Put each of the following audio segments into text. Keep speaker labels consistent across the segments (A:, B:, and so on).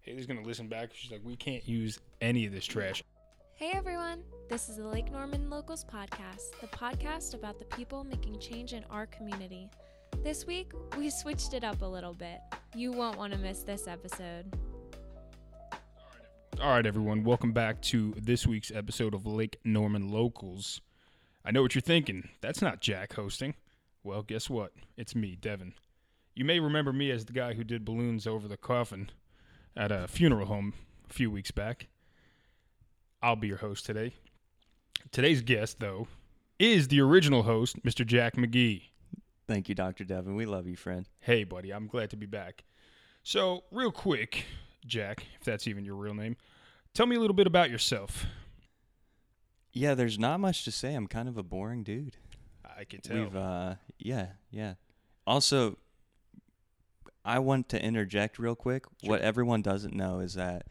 A: Haley's gonna listen back. She's like, we can't use any of this trash.
B: Hey everyone! This is the Lake Norman Locals Podcast, the podcast about the people making change in our community. This week, we switched it up a little bit. You won't want to miss this episode.
A: All right, everyone, welcome back to this week's episode of Lake Norman Locals. I know what you're thinking. That's not Jack hosting. Well, guess what? It's me, Devin. You may remember me as the guy who did balloons over the coffin at a funeral home a few weeks back. I'll be your host today. Today's guest, though, is the original host, Mr. Jack McGee.
C: Thank you, Dr. Devin. We love you, friend.
A: Hey, buddy, I'm glad to be back. So, real quick, Jack, if that's even your real name, tell me a little bit about yourself.
C: Yeah, there's not much to say. I'm kind of a boring dude.
A: I can
C: We've, uh, yeah, yeah. Also, I want to interject real quick. What everyone doesn't know is that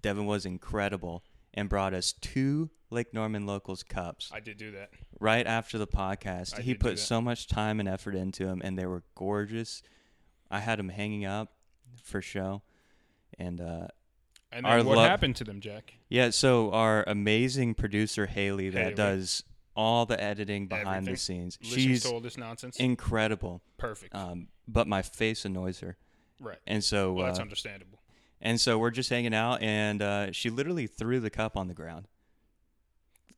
C: Devin was incredible and brought us two Lake Norman Locals cups
A: I did do that.
C: right after the podcast.
A: I
C: he
A: did do
C: put
A: that.
C: so much time and effort into them, and they were gorgeous. I had them hanging up for show, and uh,
A: And
C: Our
A: then what
C: love-
A: happened to them, Jack?
C: Yeah, so our amazing producer Haley that
A: Haley.
C: does all the editing behind
A: Everything.
C: the scenes.
A: Listens
C: She's
A: to all this nonsense.
C: incredible.
A: Perfect.
C: Um, but my face annoys her.
A: right.
C: And so
A: Well, that's
C: uh,
A: understandable.
C: and so we're just hanging out and uh, she literally threw the cup on the ground.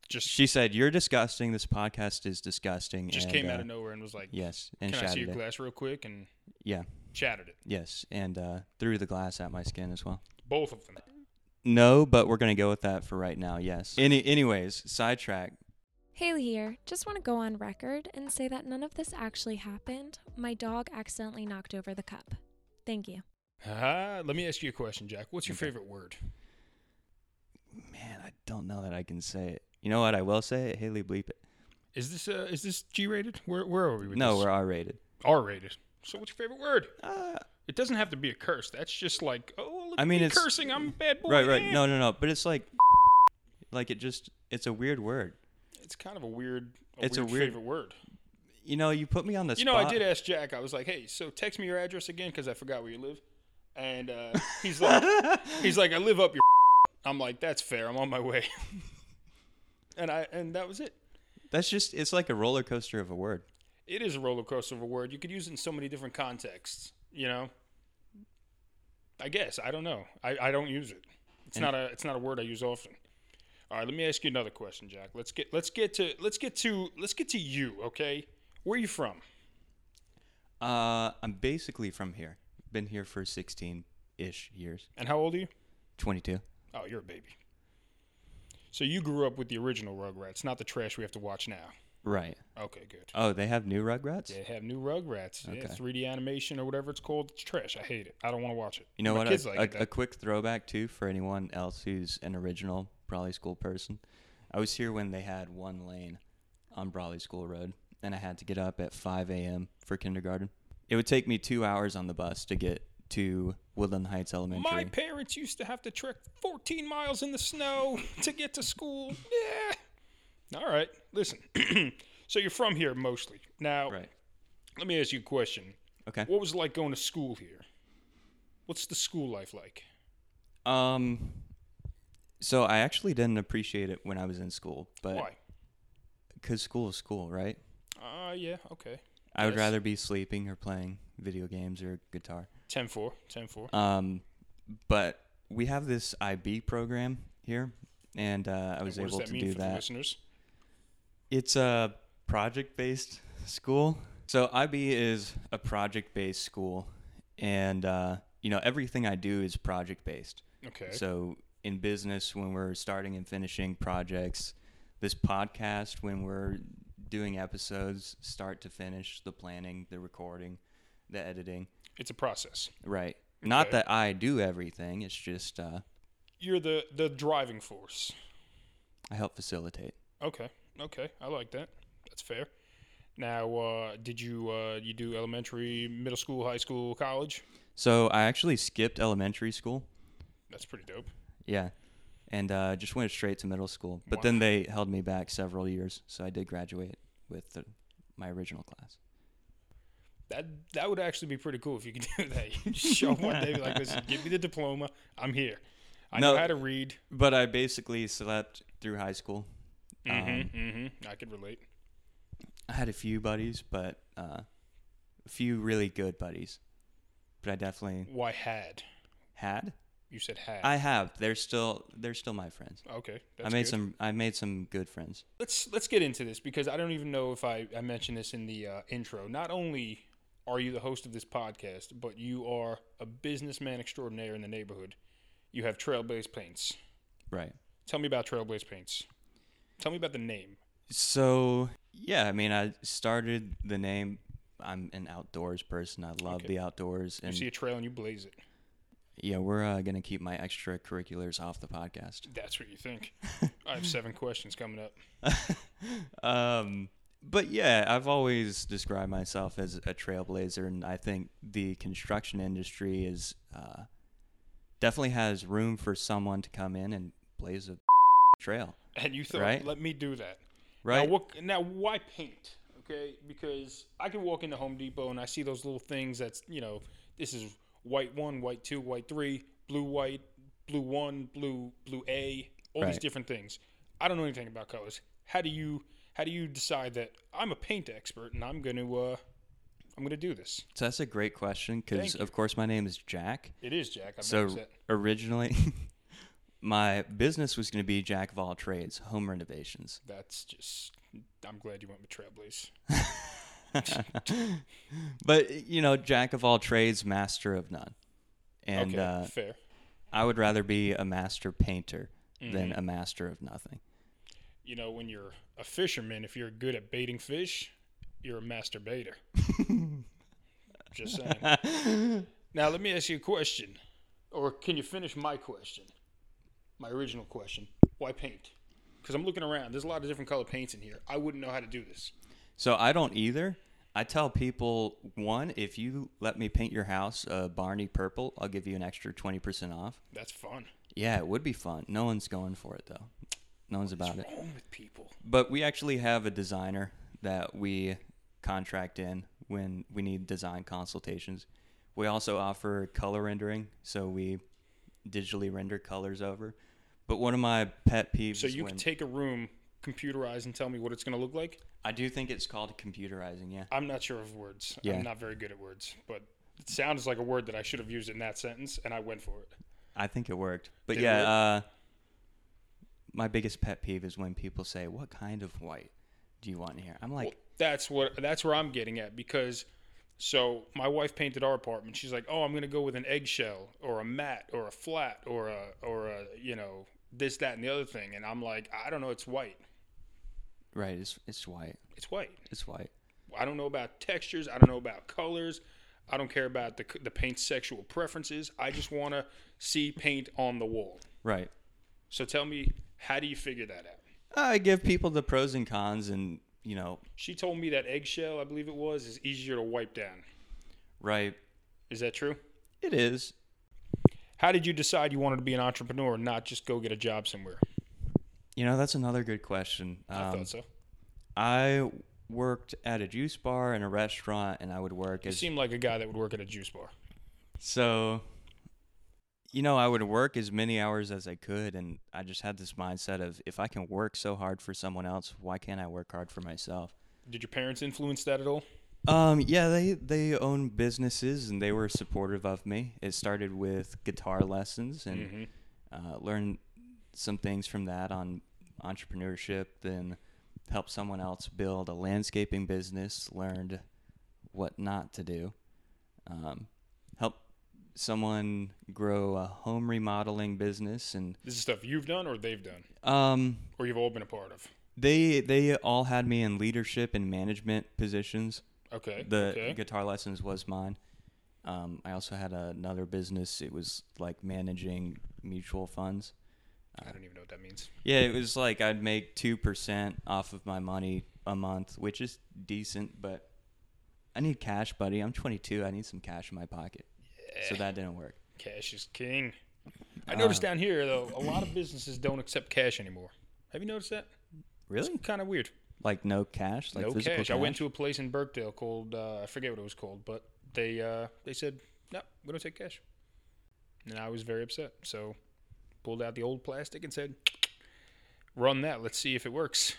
A: Just
C: She said, "You're disgusting. This podcast is disgusting."
A: just
C: and,
A: came
C: uh,
A: out of nowhere and was like,
C: Yes, and
A: "Can I see
C: shattered
A: your
C: it.
A: glass real quick?" And
C: Yeah.
A: shattered it.
C: Yes, and uh, threw the glass at my skin as well.
A: Both of them.
C: No, but we're going to go with that for right now. Yes. Any anyways, sidetrack.
B: Haley here. Just want to go on record and say that none of this actually happened. My dog accidentally knocked over the cup. Thank you.
A: Ah, let me ask you a question, Jack. What's your
C: Okay.
A: favorite word?
C: Man, I don't know that I can say it. You know what? I will say it. Haley, bleep it.
A: Is this uh, is this G rated? Where where are we with
C: no,
A: this?
C: we're R rated.
A: R rated. So what's your favorite word?
C: Uh,
A: It doesn't have to be a curse. That's just like, oh, look
C: I
A: at
C: mean,
A: me
C: it's-
A: cursing. I'm a bad boy.
C: right, right.
A: Eh.
C: No, no, no. But it's like, like it just, it's a weird word.
A: it's kind of a weird. A
C: It's a
A: weird
C: weird
A: favorite word.
C: You know, you put me on the
A: You know,
C: spot.
A: I did ask Jack. I was like, hey, so text me your address again because I forgot where you live. And uh, he's like, he's like, I live up your. I'm like, that's fair. I'm on my way. and I and that was it.
C: That's just, it's like a roller coaster of a word.
A: It is a roller coaster of a word. You could use it in so many different contexts. You know. I guess I don't know. I, I don't use it. It's
C: And-
A: not a it's not a word I use often. All right, let me ask you another question, Jack. Let's get let's get to let's get to let's get to you. Okay, where are you from?
C: Uh, I'm basically from here. Been here for 16 ish years.
A: And how old are you?
C: 22.
A: Oh, you're a baby. So you grew up with the original Rugrats, not the trash we have to watch now.
C: Right.
A: Okay, good.
C: Oh, they have new Rugrats?
A: They have new Rugrats, yeah,
C: Okay.
A: 3D animation or whatever it's called. It's trash. I hate it. I don't want to watch it.
C: You know
A: My
C: what?
A: Kids
C: A,
A: like
C: a-
A: it, though.
C: a quick throwback too for anyone else who's an original Brawley School person. I was here when they had one lane on Brawley School Road, and I had to get up at 5 a.m. for kindergarten. It would take me two hours on the bus to get to Woodland Heights Elementary.
A: My parents used to have to trek 14 miles in the snow to get to school. Yeah. All right. Listen. so you're from here mostly. Now,
C: right.
A: let me ask you a question.
C: Okay.
A: What was it like going to school here? What's the school life like?
C: Um. So I actually didn't appreciate it when I was in school, but
A: Why?
C: because school is school, right?
A: Ah, yeah. Okay.
C: I would
A: Yes.
C: rather be sleeping or playing video games or guitar.
A: 10 4. 10 4.
C: Um, but we have this IB program here, and uh, I was
A: what
C: able
A: does that
C: to
A: mean
C: do
A: for the
C: that.
A: listeners?
C: It's a project-based school. So IB is a project-based school, and uh, you know everything I do is project-based.
A: Okay.
C: So in business, when we're starting and finishing projects, this podcast, when we're doing episodes, start to finish, the planning, the recording, the editing.
A: it's a process.
C: Right. Not
A: Okay.
C: that I do everything. It's just uh,
A: You're the the driving force.
C: I help facilitate.
A: Okay. Okay. I like that. That's fair. Now, uh, did you uh, you do elementary, middle school, high school, college?
C: So I actually skipped elementary school.
A: That's pretty dope.
C: Yeah. And uh, just went straight to middle school. But then they held me back several years. So I did graduate with the, my original class.
A: That that would actually be pretty cool if you could do that. You just show up one day, be like, listen, give me the diploma. I'm here. I know
C: No.
A: how to read.
C: But I basically slept through high school. Um,
A: Mm-hmm, mm-hmm. I could relate.
C: I had a few buddies, but uh, a few really good buddies. But I definitely
A: Why had?
C: had.
A: You said had.
C: I have. They're still they're still my friends.
A: okay.
C: I
A: That's
C: made
A: good.
C: some I made some good friends.
A: let's let's get into this because I don't even know if I, I mentioned this in the uh, intro. Not only are you the host of this podcast, but you are a businessman extraordinaire in the neighborhood. You have Trailblaze Paints.
C: Right.
A: Tell me about Trailblaze Paints. Tell me about the name.
C: So yeah, I mean I started the name I'm an outdoors person. I love
A: Okay.
C: the outdoors
A: You
C: and
A: see a trail and you blaze it.
C: yeah, we're uh, going to keep my extracurriculars off the podcast.
A: That's what you think. I have seven questions coming up.
C: um, but yeah, I've always described myself as a trailblazer, and I think the construction industry is uh, definitely has room for someone to come in and blaze a trail,
A: And you thought,
C: Right.
A: let me do that.
C: right?
A: Now, what, now, why paint? Okay, because I can walk into Home Depot and I see those little things that's you know this is white one, white two, white three, blue white, blue one, blue blue A, all these
C: Right.
A: different things. I don't know anything about colors. How do you how do you decide that I'm a paint expert and I'm gonna uh I'm gonna do this?
C: so that's a great question
A: Thank
C: because,
A: you.
C: of course, my name is Jack.
A: It is Jack. I've
C: So
A: noticed that.
C: originally, my business was going to be Jack of all trades, home renovations.
A: That's just. I'm glad you went with Trailblaze.
C: But you know, Jack of all trades, master of none. And
A: okay,
C: uh,
A: fair.
C: I would rather be a master painter than
A: Mm-hmm.
C: a master of nothing.
A: you know, when you're a fisherman, if you're good at baiting fish, you're a master baiter. Just saying. now, let me ask you a question. Or can you finish my question? My original question. Why paint? Because I'm looking around. There's a lot of different color paints in here. I wouldn't know how to do this.
C: So I don't either. I tell people one, if you let me paint your house uh, Barney purple, I'll give you an extra twenty percent off.
A: That's fun.
C: Yeah, it would be fun. No one's going for it though. No one's about it.
A: What's wrong with people?
C: But we actually have a designer that we contract in when we need design consultations. We also offer color rendering, so we digitally render colors over. But one of my pet peeves
A: So you
C: when
A: can take a room, computerize, and tell me what it's going to look like?
C: I do think it's called computerizing, yeah.
A: I'm not sure of words.
C: Yeah.
A: I'm not very good at words. But it sounds like a word that I should have used in that sentence, and I went for it.
C: I think it worked. But
A: Did it
C: yeah,
A: work?
C: uh, my biggest pet peeve is when people say, "What kind of white do you want in here?" I'm like,
A: Well, that's what that's where I'm getting at because so my wife painted our apartment. She's like, "Oh, I'm going to go with an eggshell or a matte or a flat or a or a, you know, this that and the other thing." And I'm like, "I don't know, it's white.
C: "Right, it's it's white.
A: It's white.
C: It's white."
A: I don't know about textures, I don't know about colors. I don't care about the c- the paint's sexual preferences. I just want to see paint on the wall."
C: Right.
A: So tell me, how do you figure that out?
C: I give people the pros and cons, and you know,
A: She told me that eggshell, I believe it was, is easier to wipe down.
C: right,
A: Is that true?
C: it is.
A: How did you decide you wanted to be an entrepreneur, and not just go get a job somewhere?
C: You know, that's another good question.
A: I
C: Um,
A: thought so.
C: I worked at a juice bar and a restaurant, and I would work
A: You
C: as
A: seem like a guy that would work at a juice bar.
C: So, you know, I would work as many hours as I could, and I just had this mindset of if I can work so hard for someone else, why can't I work hard for myself?
A: Did your parents influence that at all?
C: Um, yeah, they they own businesses, and they were supportive of me. It started with guitar lessons, and uh, learned some things from that on entrepreneurship. Then helped someone else build a landscaping business. Learned what not to do. Um, helped someone grow a home remodeling business, and
A: This is stuff you've done, or they've done,
C: um,
A: or you've all been a part of.
C: they they all had me in leadership and management positions.
A: Okay.
C: The
A: okay.
C: guitar lessons was mine. Um, I also had another business. It was like managing mutual funds.
A: I don't even know what that means.
C: Yeah, it was like I'd make two percent off of my money a month, which is decent, but I need cash, buddy. I'm 22. I need some cash in my pocket. So that Uh, didn't work.
A: Eh, Cash is king. I noticed down here though, a lot of businesses don't accept cash anymore. Have you noticed that?
C: Really?
A: Kind of weird.
C: Like no cash, like
A: no
C: physical
A: cash. I went to a place in Burkdale called uh, I forget what it was called, but they uh, they said no, we don't take cash, and I was very upset. So pulled out the old plastic and said, "Run that. Let's see if it works.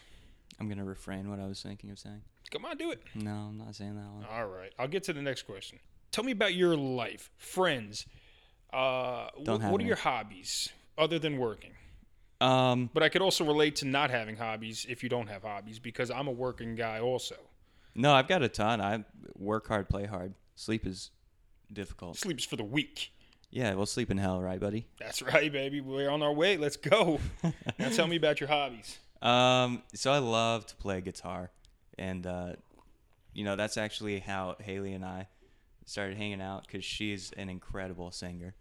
C: I'm gonna refrain what I was thinking of saying.
A: Come on, do it."
C: No, I'm not saying that one.
A: All right, I'll get to the next question. Tell me about your life, friends. Uh, wh-
C: Don't have
A: what are
C: any.
A: your hobbies other than working? Uh.
C: Um,
A: But I could also relate to not having hobbies if you don't have hobbies because I'm a working guy also.
C: no, I've got a ton. I work hard, play hard. Sleep is difficult.
A: Sleeps for the weak.
C: Yeah, well, sleep in hell, right, buddy?
A: That's right, baby. We're on our way. Let's go. now tell me about your hobbies.
C: Um, so I love to play guitar, and uh, you know that's actually how Haley and I started hanging out because she's an incredible singer.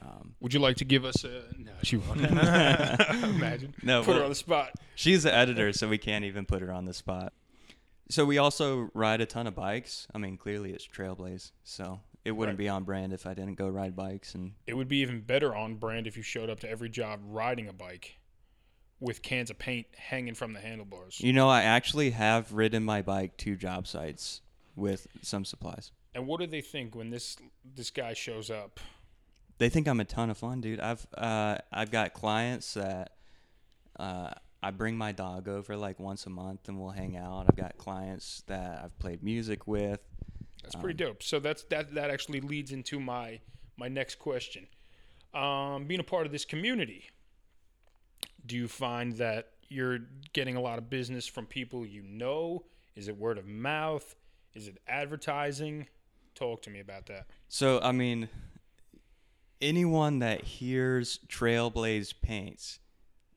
C: Um,
A: Would you like to give us a? No, she won't. Imagine.
C: No,
A: Put her
C: well-
A: on the spot.
C: she's the editor, so we can't even put her on the spot. So we also ride a ton of bikes. I mean, clearly it's Trailblaze, so it wouldn't
A: Right.
C: be on brand if I didn't go ride bikes. And
A: It would be even better on brand if you showed up to every job riding a bike with cans of paint hanging from the handlebars.
C: you know, I actually have ridden my bike to job sites with some supplies.
A: And what do they think when this this guy shows up?
C: they think I'm a ton of fun, dude. I've uh, I've got clients that uh, I bring my dog over like once a month and we'll hang out. I've got clients that I've played music with.
A: That's pretty dope. So that's that that actually leads into my my next question. Um, being a part of this community, do you find that you're getting a lot of business from people you know? Is it word of mouth? Is it advertising? Talk to me about that.
C: So I mean, anyone that hears Trailblaze Paints,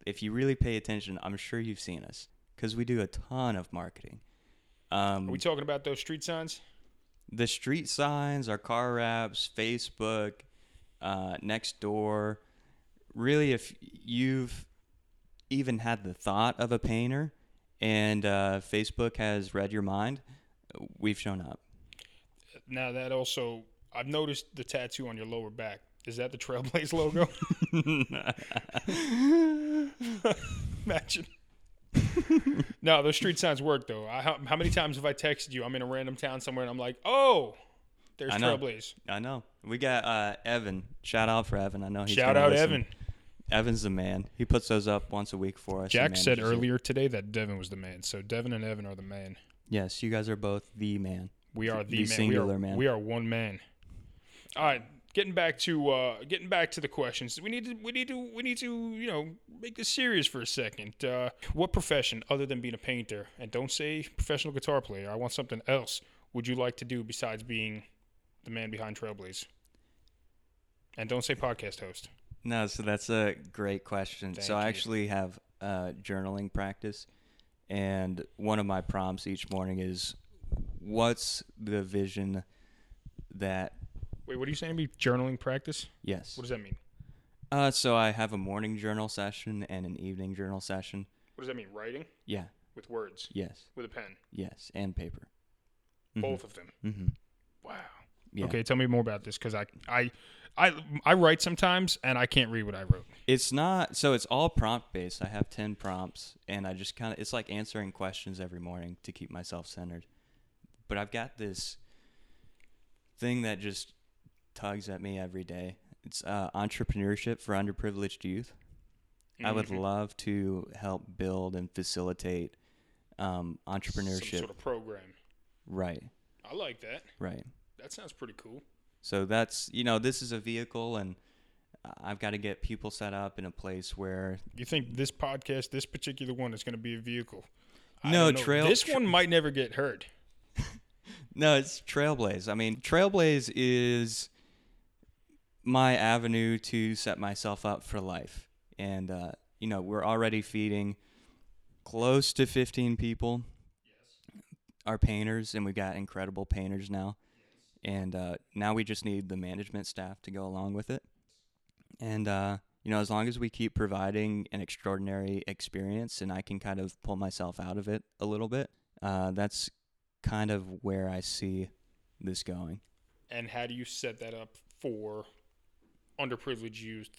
C: if you really pay attention, I'm sure you've seen us because we do a ton of marketing. Um,
A: Are we talking about those street signs?
C: the street signs, our car wraps, Facebook, uh, next door. Really, if you've even had the thought of a painter and uh, Facebook has read your mind, we've shown up.
A: Now that also, I've noticed the tattoo on your lower back. Is that the Trailblaze logo? Imagine. no, those street signs work though. I, how, how many times have I texted you? I'm in a random town somewhere, and I'm like, "Oh, there's
C: I know.
A: Trailblaze."
C: I know. We got uh, Evan. Shout out for Evan. I know he's
A: Shout
C: gonna
A: out
C: listen.
A: Evan.
C: Evan's the man. He puts those up once a week for us. He
A: Jack said
C: manages it.
A: earlier today that Devin was the man. So Devin and Evan are the man.
C: Yes, you guys are both the man.
A: We are the,
C: The
A: man. we
C: singular
A: are,
C: man.
A: We are one man. All right, getting back to uh, getting back to the questions. We need to we need to we need to you know make this serious for a second. Uh, what profession other than being a painter and don't say professional guitar player? I want something else. Would you like to do besides being the man behind Trailblaze? And don't say podcast host.
C: No, so that's a great question.
A: Thank
C: so I
A: you.
C: actually have uh, journaling practice, and one of my prompts each morning is, "What's the vision that?"
A: Wait, what are you saying? Be journaling practice?
C: Yes.
A: What does that mean?
C: Uh, so I have a morning journal session and an evening journal session.
A: What does that mean? Writing
C: Yeah.
A: with words,
C: Yes.
A: with a pen,
C: Yes. And paper.
A: both of them.
C: Mm-hmm.
A: Wow.
C: Yeah.
A: Okay, tell me more about this because I, I, I, I write sometimes and I can't read what I wrote.
C: It's not so. It's all prompt based. I have ten prompts, and I just kind of it's like answering questions every morning to keep myself centered. But I've got this thing that just tugs at me every day. It's uh, entrepreneurship for underprivileged youth. I
A: Mm-hmm.
C: would love to help build and facilitate um,
A: Some
C: entrepreneurship.
A: sort of program.
C: Right,
A: I like that.
C: right.
A: That sounds pretty cool.
C: So that's you know this is a vehicle, and I- I've got to get people set up in a place where
A: You think this podcast, this particular one, is going to be a vehicle? I
C: No,
A: don't know.
C: trail-
A: This
C: tra-
A: one might never get heard.
C: No, it's Trailblaze. I mean, Trailblaze is my avenue to set myself up for life. And, uh, you know, we're already feeding close to 15 people our painters, and we've got incredible painters now. And uh, now we just need the management staff to go along with it. And, uh, you know, as long as we keep providing an extraordinary experience and I can kind of pull myself out of it a little bit, uh, that's kind of where I see this going.
A: And how do you set that up for underprivileged youth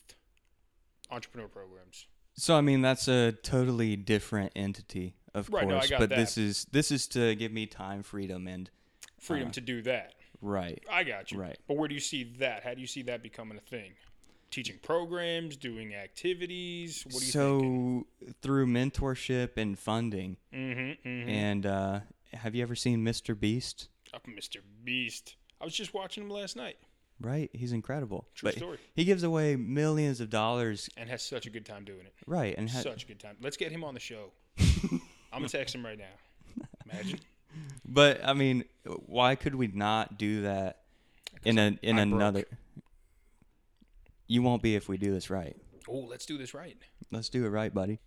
A: entrepreneur programs?
C: So I mean that's a totally different entity. of
A: Right, no, I
C: course.
A: got
C: but
A: that.
C: this is this is to give me time, freedom, and
A: Freedom
C: Uh,
A: to do that.
C: right.
A: I got you.
C: Right.
A: But where do you see that? How do you see that becoming a thing? Teaching programs, doing activities. What do you
C: so
A: think?
C: through mentorship and funding,
A: Mm-hmm, mm-hmm.
C: and uh, have you ever seen Mr. Beast?
A: Up Mr. Beast. I was just watching him last night
C: Right, he's incredible.
A: True
C: But
A: story.
C: He gives away millions of dollars.
A: and has such a good time doing it.
C: Right, and ha-
A: Such a good time. Let's get him on the show. I'm gonna text him right now. Imagine.
C: but I mean, why could we not do that in a in
A: I'm broke.
C: another? You won't be if we do this right.
A: Oh, let's do this right.
C: Let's do it right, buddy.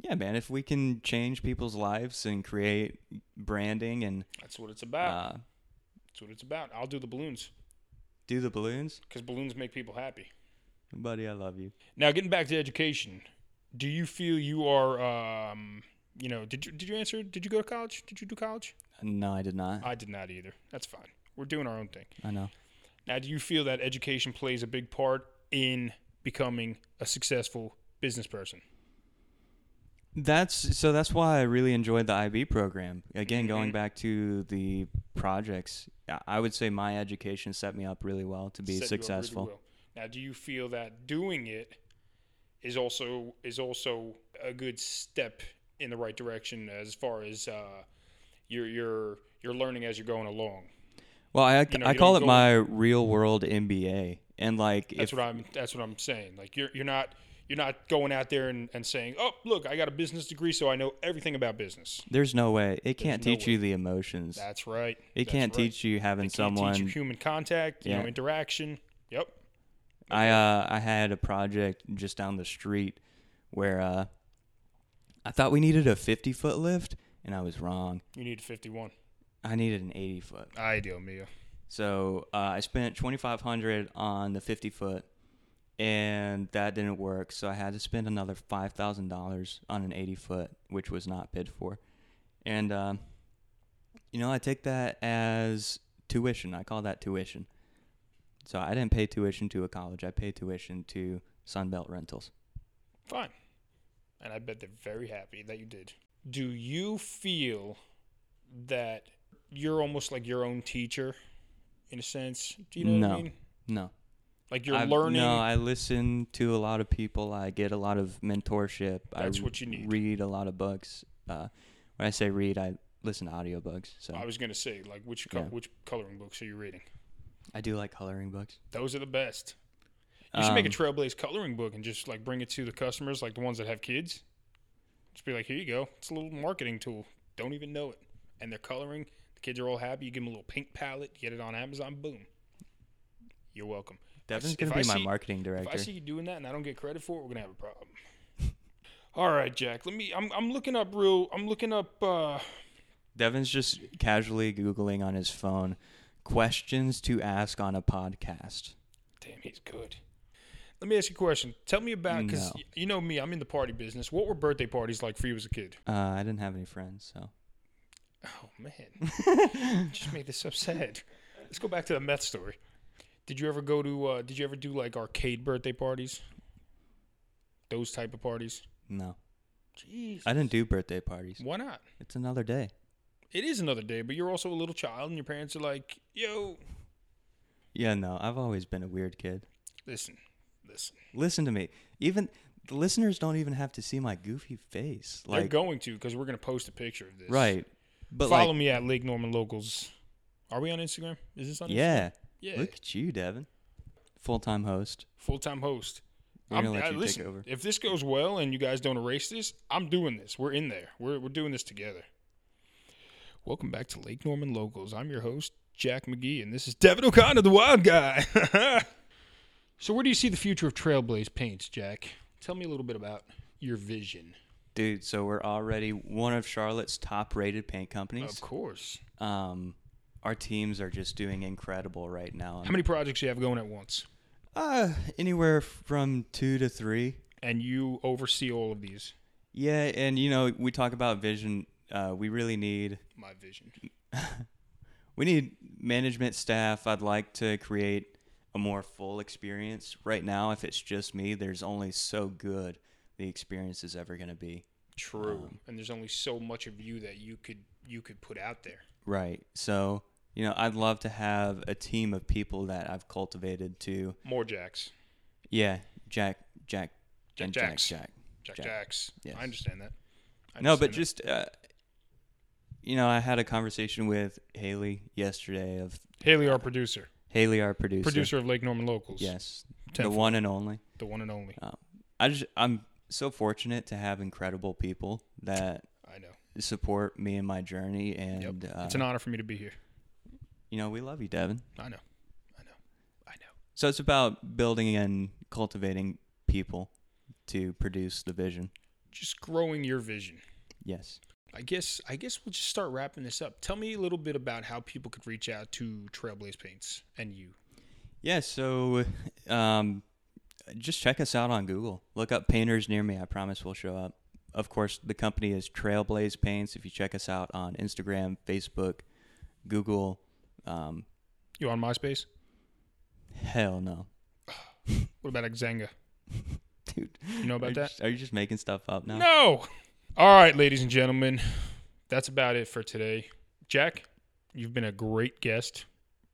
C: Yeah, man. If we can change people's lives and create branding and
A: That's what it's about.
C: uh,
A: That's what it's about. I'll do the balloons
C: do the balloons,
A: because balloons make people happy.
C: buddy, I love you.
A: Now, getting back to education, do you feel you are, um, you know, did you did you answer? Did you go to college? Did you do college?
C: No, I did not.
A: I did not either. That's fine. We're doing our own thing.
C: I know.
A: Now, do you feel that education plays a big part in becoming a successful business person?
C: That's so. That's why I really enjoyed the IB program. Again,
A: Mm-hmm.
C: going back to the projects, I- I would say my education set me up really well to
A: Set you
C: be
A: up really
C: successful.
A: well. Now, do you feel that doing it is also is also a good step in the right direction as far as uh, your your your learning as you're going along?
C: Well, I,
A: You know,
C: I
A: you
C: call
A: don't go-
C: it my real world MBA, and like
A: That's
C: if
A: what I'm. That's what I'm saying. Like you're you're not you're not going out there and, and saying, oh look, I got a business degree, so I know everything about business.
C: there's no way it can't
A: no
C: teach you the emotions.
A: That's right.
C: it
A: That's
C: can't
A: right.
C: teach you having
A: It can't
C: someone.
A: teach you human contact, you
C: Yeah.
A: know, interaction. Yep.
C: I uh, I had a project just down the street where uh, I thought we needed a 50 foot lift, and I was wrong.
A: You need 51.
C: I needed an 80 foot.
A: I do, Mia.
C: So uh, I spent twenty five hundred on the fifty foot, and that didn't work. So I had to spend another five thousand dollars on an eighty foot, which was not bid for. And um, you know, I take that as tuition. I call that tuition. So I didn't pay tuition to a college. I paid tuition to Sunbelt Rentals.
A: Fine. And I bet they're very happy that you did. Do you feel that you're almost like your own teacher in a sense? Do you know what I
C: No.
A: mean?
C: No,
A: Like you're
C: I-
A: learning.
C: No, I listen to a lot of people. I get a lot of mentorship.
A: That's
C: I
A: what you need.
C: Read a lot of books. Uh, when I say read, I listen to audiobooks. So
A: I was going to say, like, which, co-
C: Yeah.
A: which coloring books are you reading?
C: I do like coloring books.
A: Those are the best. You should make a
C: Um,
A: Trailblaze coloring book and just like bring it to the customers, like the ones that have kids. Just be like, here you go. It's a little marketing tool. Don't even know it. And they're coloring. The kids are all happy. You give them a little pink palette. You get it on Amazon. Boom. You're welcome.
C: Devin's
A: If
C: gonna
A: I
C: be my
A: see-
C: marketing
A: If I
C: director.
A: see you doing that and I don't get credit for it, we're gonna have a problem. all right, Jack. Let me. I'm, I'm looking up real. I'm looking up. uh
C: Devin's just casually googling on his phone questions to ask on a podcast.
A: Damn, he's good. Let me ask you a question. Tell me about because
C: No.
A: you know me. I'm in the party business. What were birthday parties like for you as a kid?
C: Uh, I didn't have any friends, so
A: Oh man, You just made this so sad. Let's go back to the meth story. Did you ever go to? Uh, did you ever do like arcade birthday parties? Those type of parties.
C: no,
A: Jeez.
C: I didn't do birthday parties.
A: Why not?
C: It's another day.
A: It is another day, but you're also a little child, and your parents are like, "Yo,
C: Yeah, no, I've always been a weird kid.
A: listen, listen."
C: Listen to me. Even the listeners don't even have to see my goofy face. Like
A: They're going to because we're gonna post a picture of this.
C: right, but
A: Follow
C: like
A: me at Lake Norman Locals. Are we on Instagram? Is this on?
C: yeah,
A: Instagram? Yeah.
C: Look at you, Devin, full time host.
A: Full time host.
C: We're
A: I'm-
C: gonna let
A: I-
C: you take
A: listen,
C: over.
A: If this goes well and you guys don't erase this, I'm doing this. We're in there. We're, we're doing this together. Welcome back to Lake Norman Locals. I'm your host, Jack McGee, and this is Devin O'Connor, the wild guy. so, where do you see the future of Trailblaze Paints, Jack? Tell me a little bit about your vision.
C: Dude, so we're already one of Charlotte's top rated paint companies.
A: Of course.
C: Um, our teams are just doing incredible right now.
A: How many projects do you have going at once?
C: Uh, anywhere from two to three.
A: And you oversee all of these.
C: Yeah, and you know, we talk about vision. Uh, we really need
A: My vision.
C: we need management staff. I'd like to create a more full experience. Right now, if it's just me, there's only so good the experience is ever going to be.
A: True.
C: Um,
A: and there's only so much of you that you could you could put out there.
C: Right. So, you know, I'd love to have a team of people that I've cultivated to,
A: More Jacks.
C: yeah, Jack, Jack,
A: Jack
C: and
A: Jacks.
C: Jack, Jack.
A: Jack,
C: Jack.
A: Jacks.
C: Yes.
A: I understand that. I
C: No, but
A: understand that.
C: just, uh, you know, I had a conversation with Haley yesterday of
A: Haley, our producer,
C: Haley, our producer.
A: producer of Lake Norman Locals.
C: Yes. The
A: Tenfold.
C: one and only.
A: the one and only.
C: Um, I just, I'm so fortunate to have incredible people that
A: I know.
C: support me in my journey. And,
A: yep.
C: uh,
A: it's an honor for me to be here.
C: you know, we love you, Devin.
A: I know. I know. I know.
C: So it's about building and cultivating people to produce the vision.
A: Just growing your vision.
C: Yes.
A: I guess I guess we'll just start wrapping this up. Tell me a little bit about how people could reach out to Trailblaze Paints and you.
C: Yeah. So um, just check us out on Google. Look up painters near me. I promise we'll show up. Of course, the company is Trailblaze Paints. If you check us out on Instagram, Facebook, Google, um,
A: You on MySpace?
C: hell no.
A: What about Xanga?
C: Dude.
A: You know about
C: are you
A: that?
C: just- are you just making stuff up now?
A: No. All right, ladies and gentlemen, that's about it for today. Jack, you've been a great guest,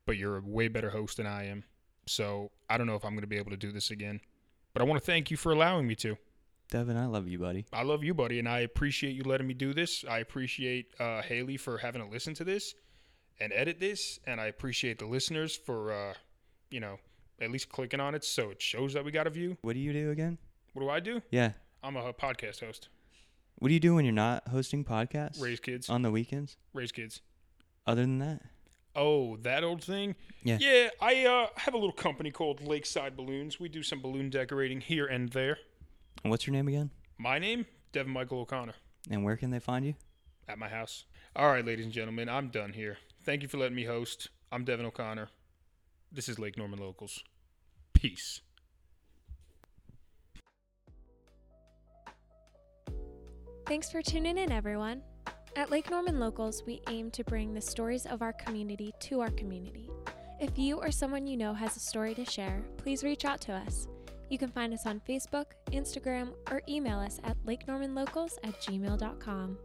A: but you're a way better host than I am. So I don't know if I'm going to be able to do this again, but I want to thank you for allowing me to.
C: Devin, I love you, buddy.
A: I love you, buddy, and I appreciate you letting me do this. I appreciate uh, Haley for having to listen to this and edit this, and I appreciate the listeners for, uh, you know, at least clicking on it so it shows that we got a view.
C: What do you do again?
A: What do I do?
C: Yeah.
A: I'm a podcast host.
C: What do you do when you're not hosting podcasts?
A: Raise kids.
C: On the weekends?
A: Raise kids.
C: Other than that?
A: Oh, that old thing.
C: Yeah.
A: Yeah, I uh, have a little company called Lakeside Balloons. We do some balloon decorating here and there.
C: And what's your name again?
A: My name, Devin Michael O'Connor,
C: And where can they find you?
A: at my house. All right, ladies and gentlemen, I'm done here. Thank you for letting me host. I'm Devin O'Connor. This is Lake Norman Locals. Peace.
B: Thanks for tuning in, everyone. At Lake Norman Locals, we aim to bring the stories of our community to our community. If you or someone you know has a story to share, please reach out to us. You can find us on Facebook, Instagram, or email us at lakenormanlocals at gmail.com.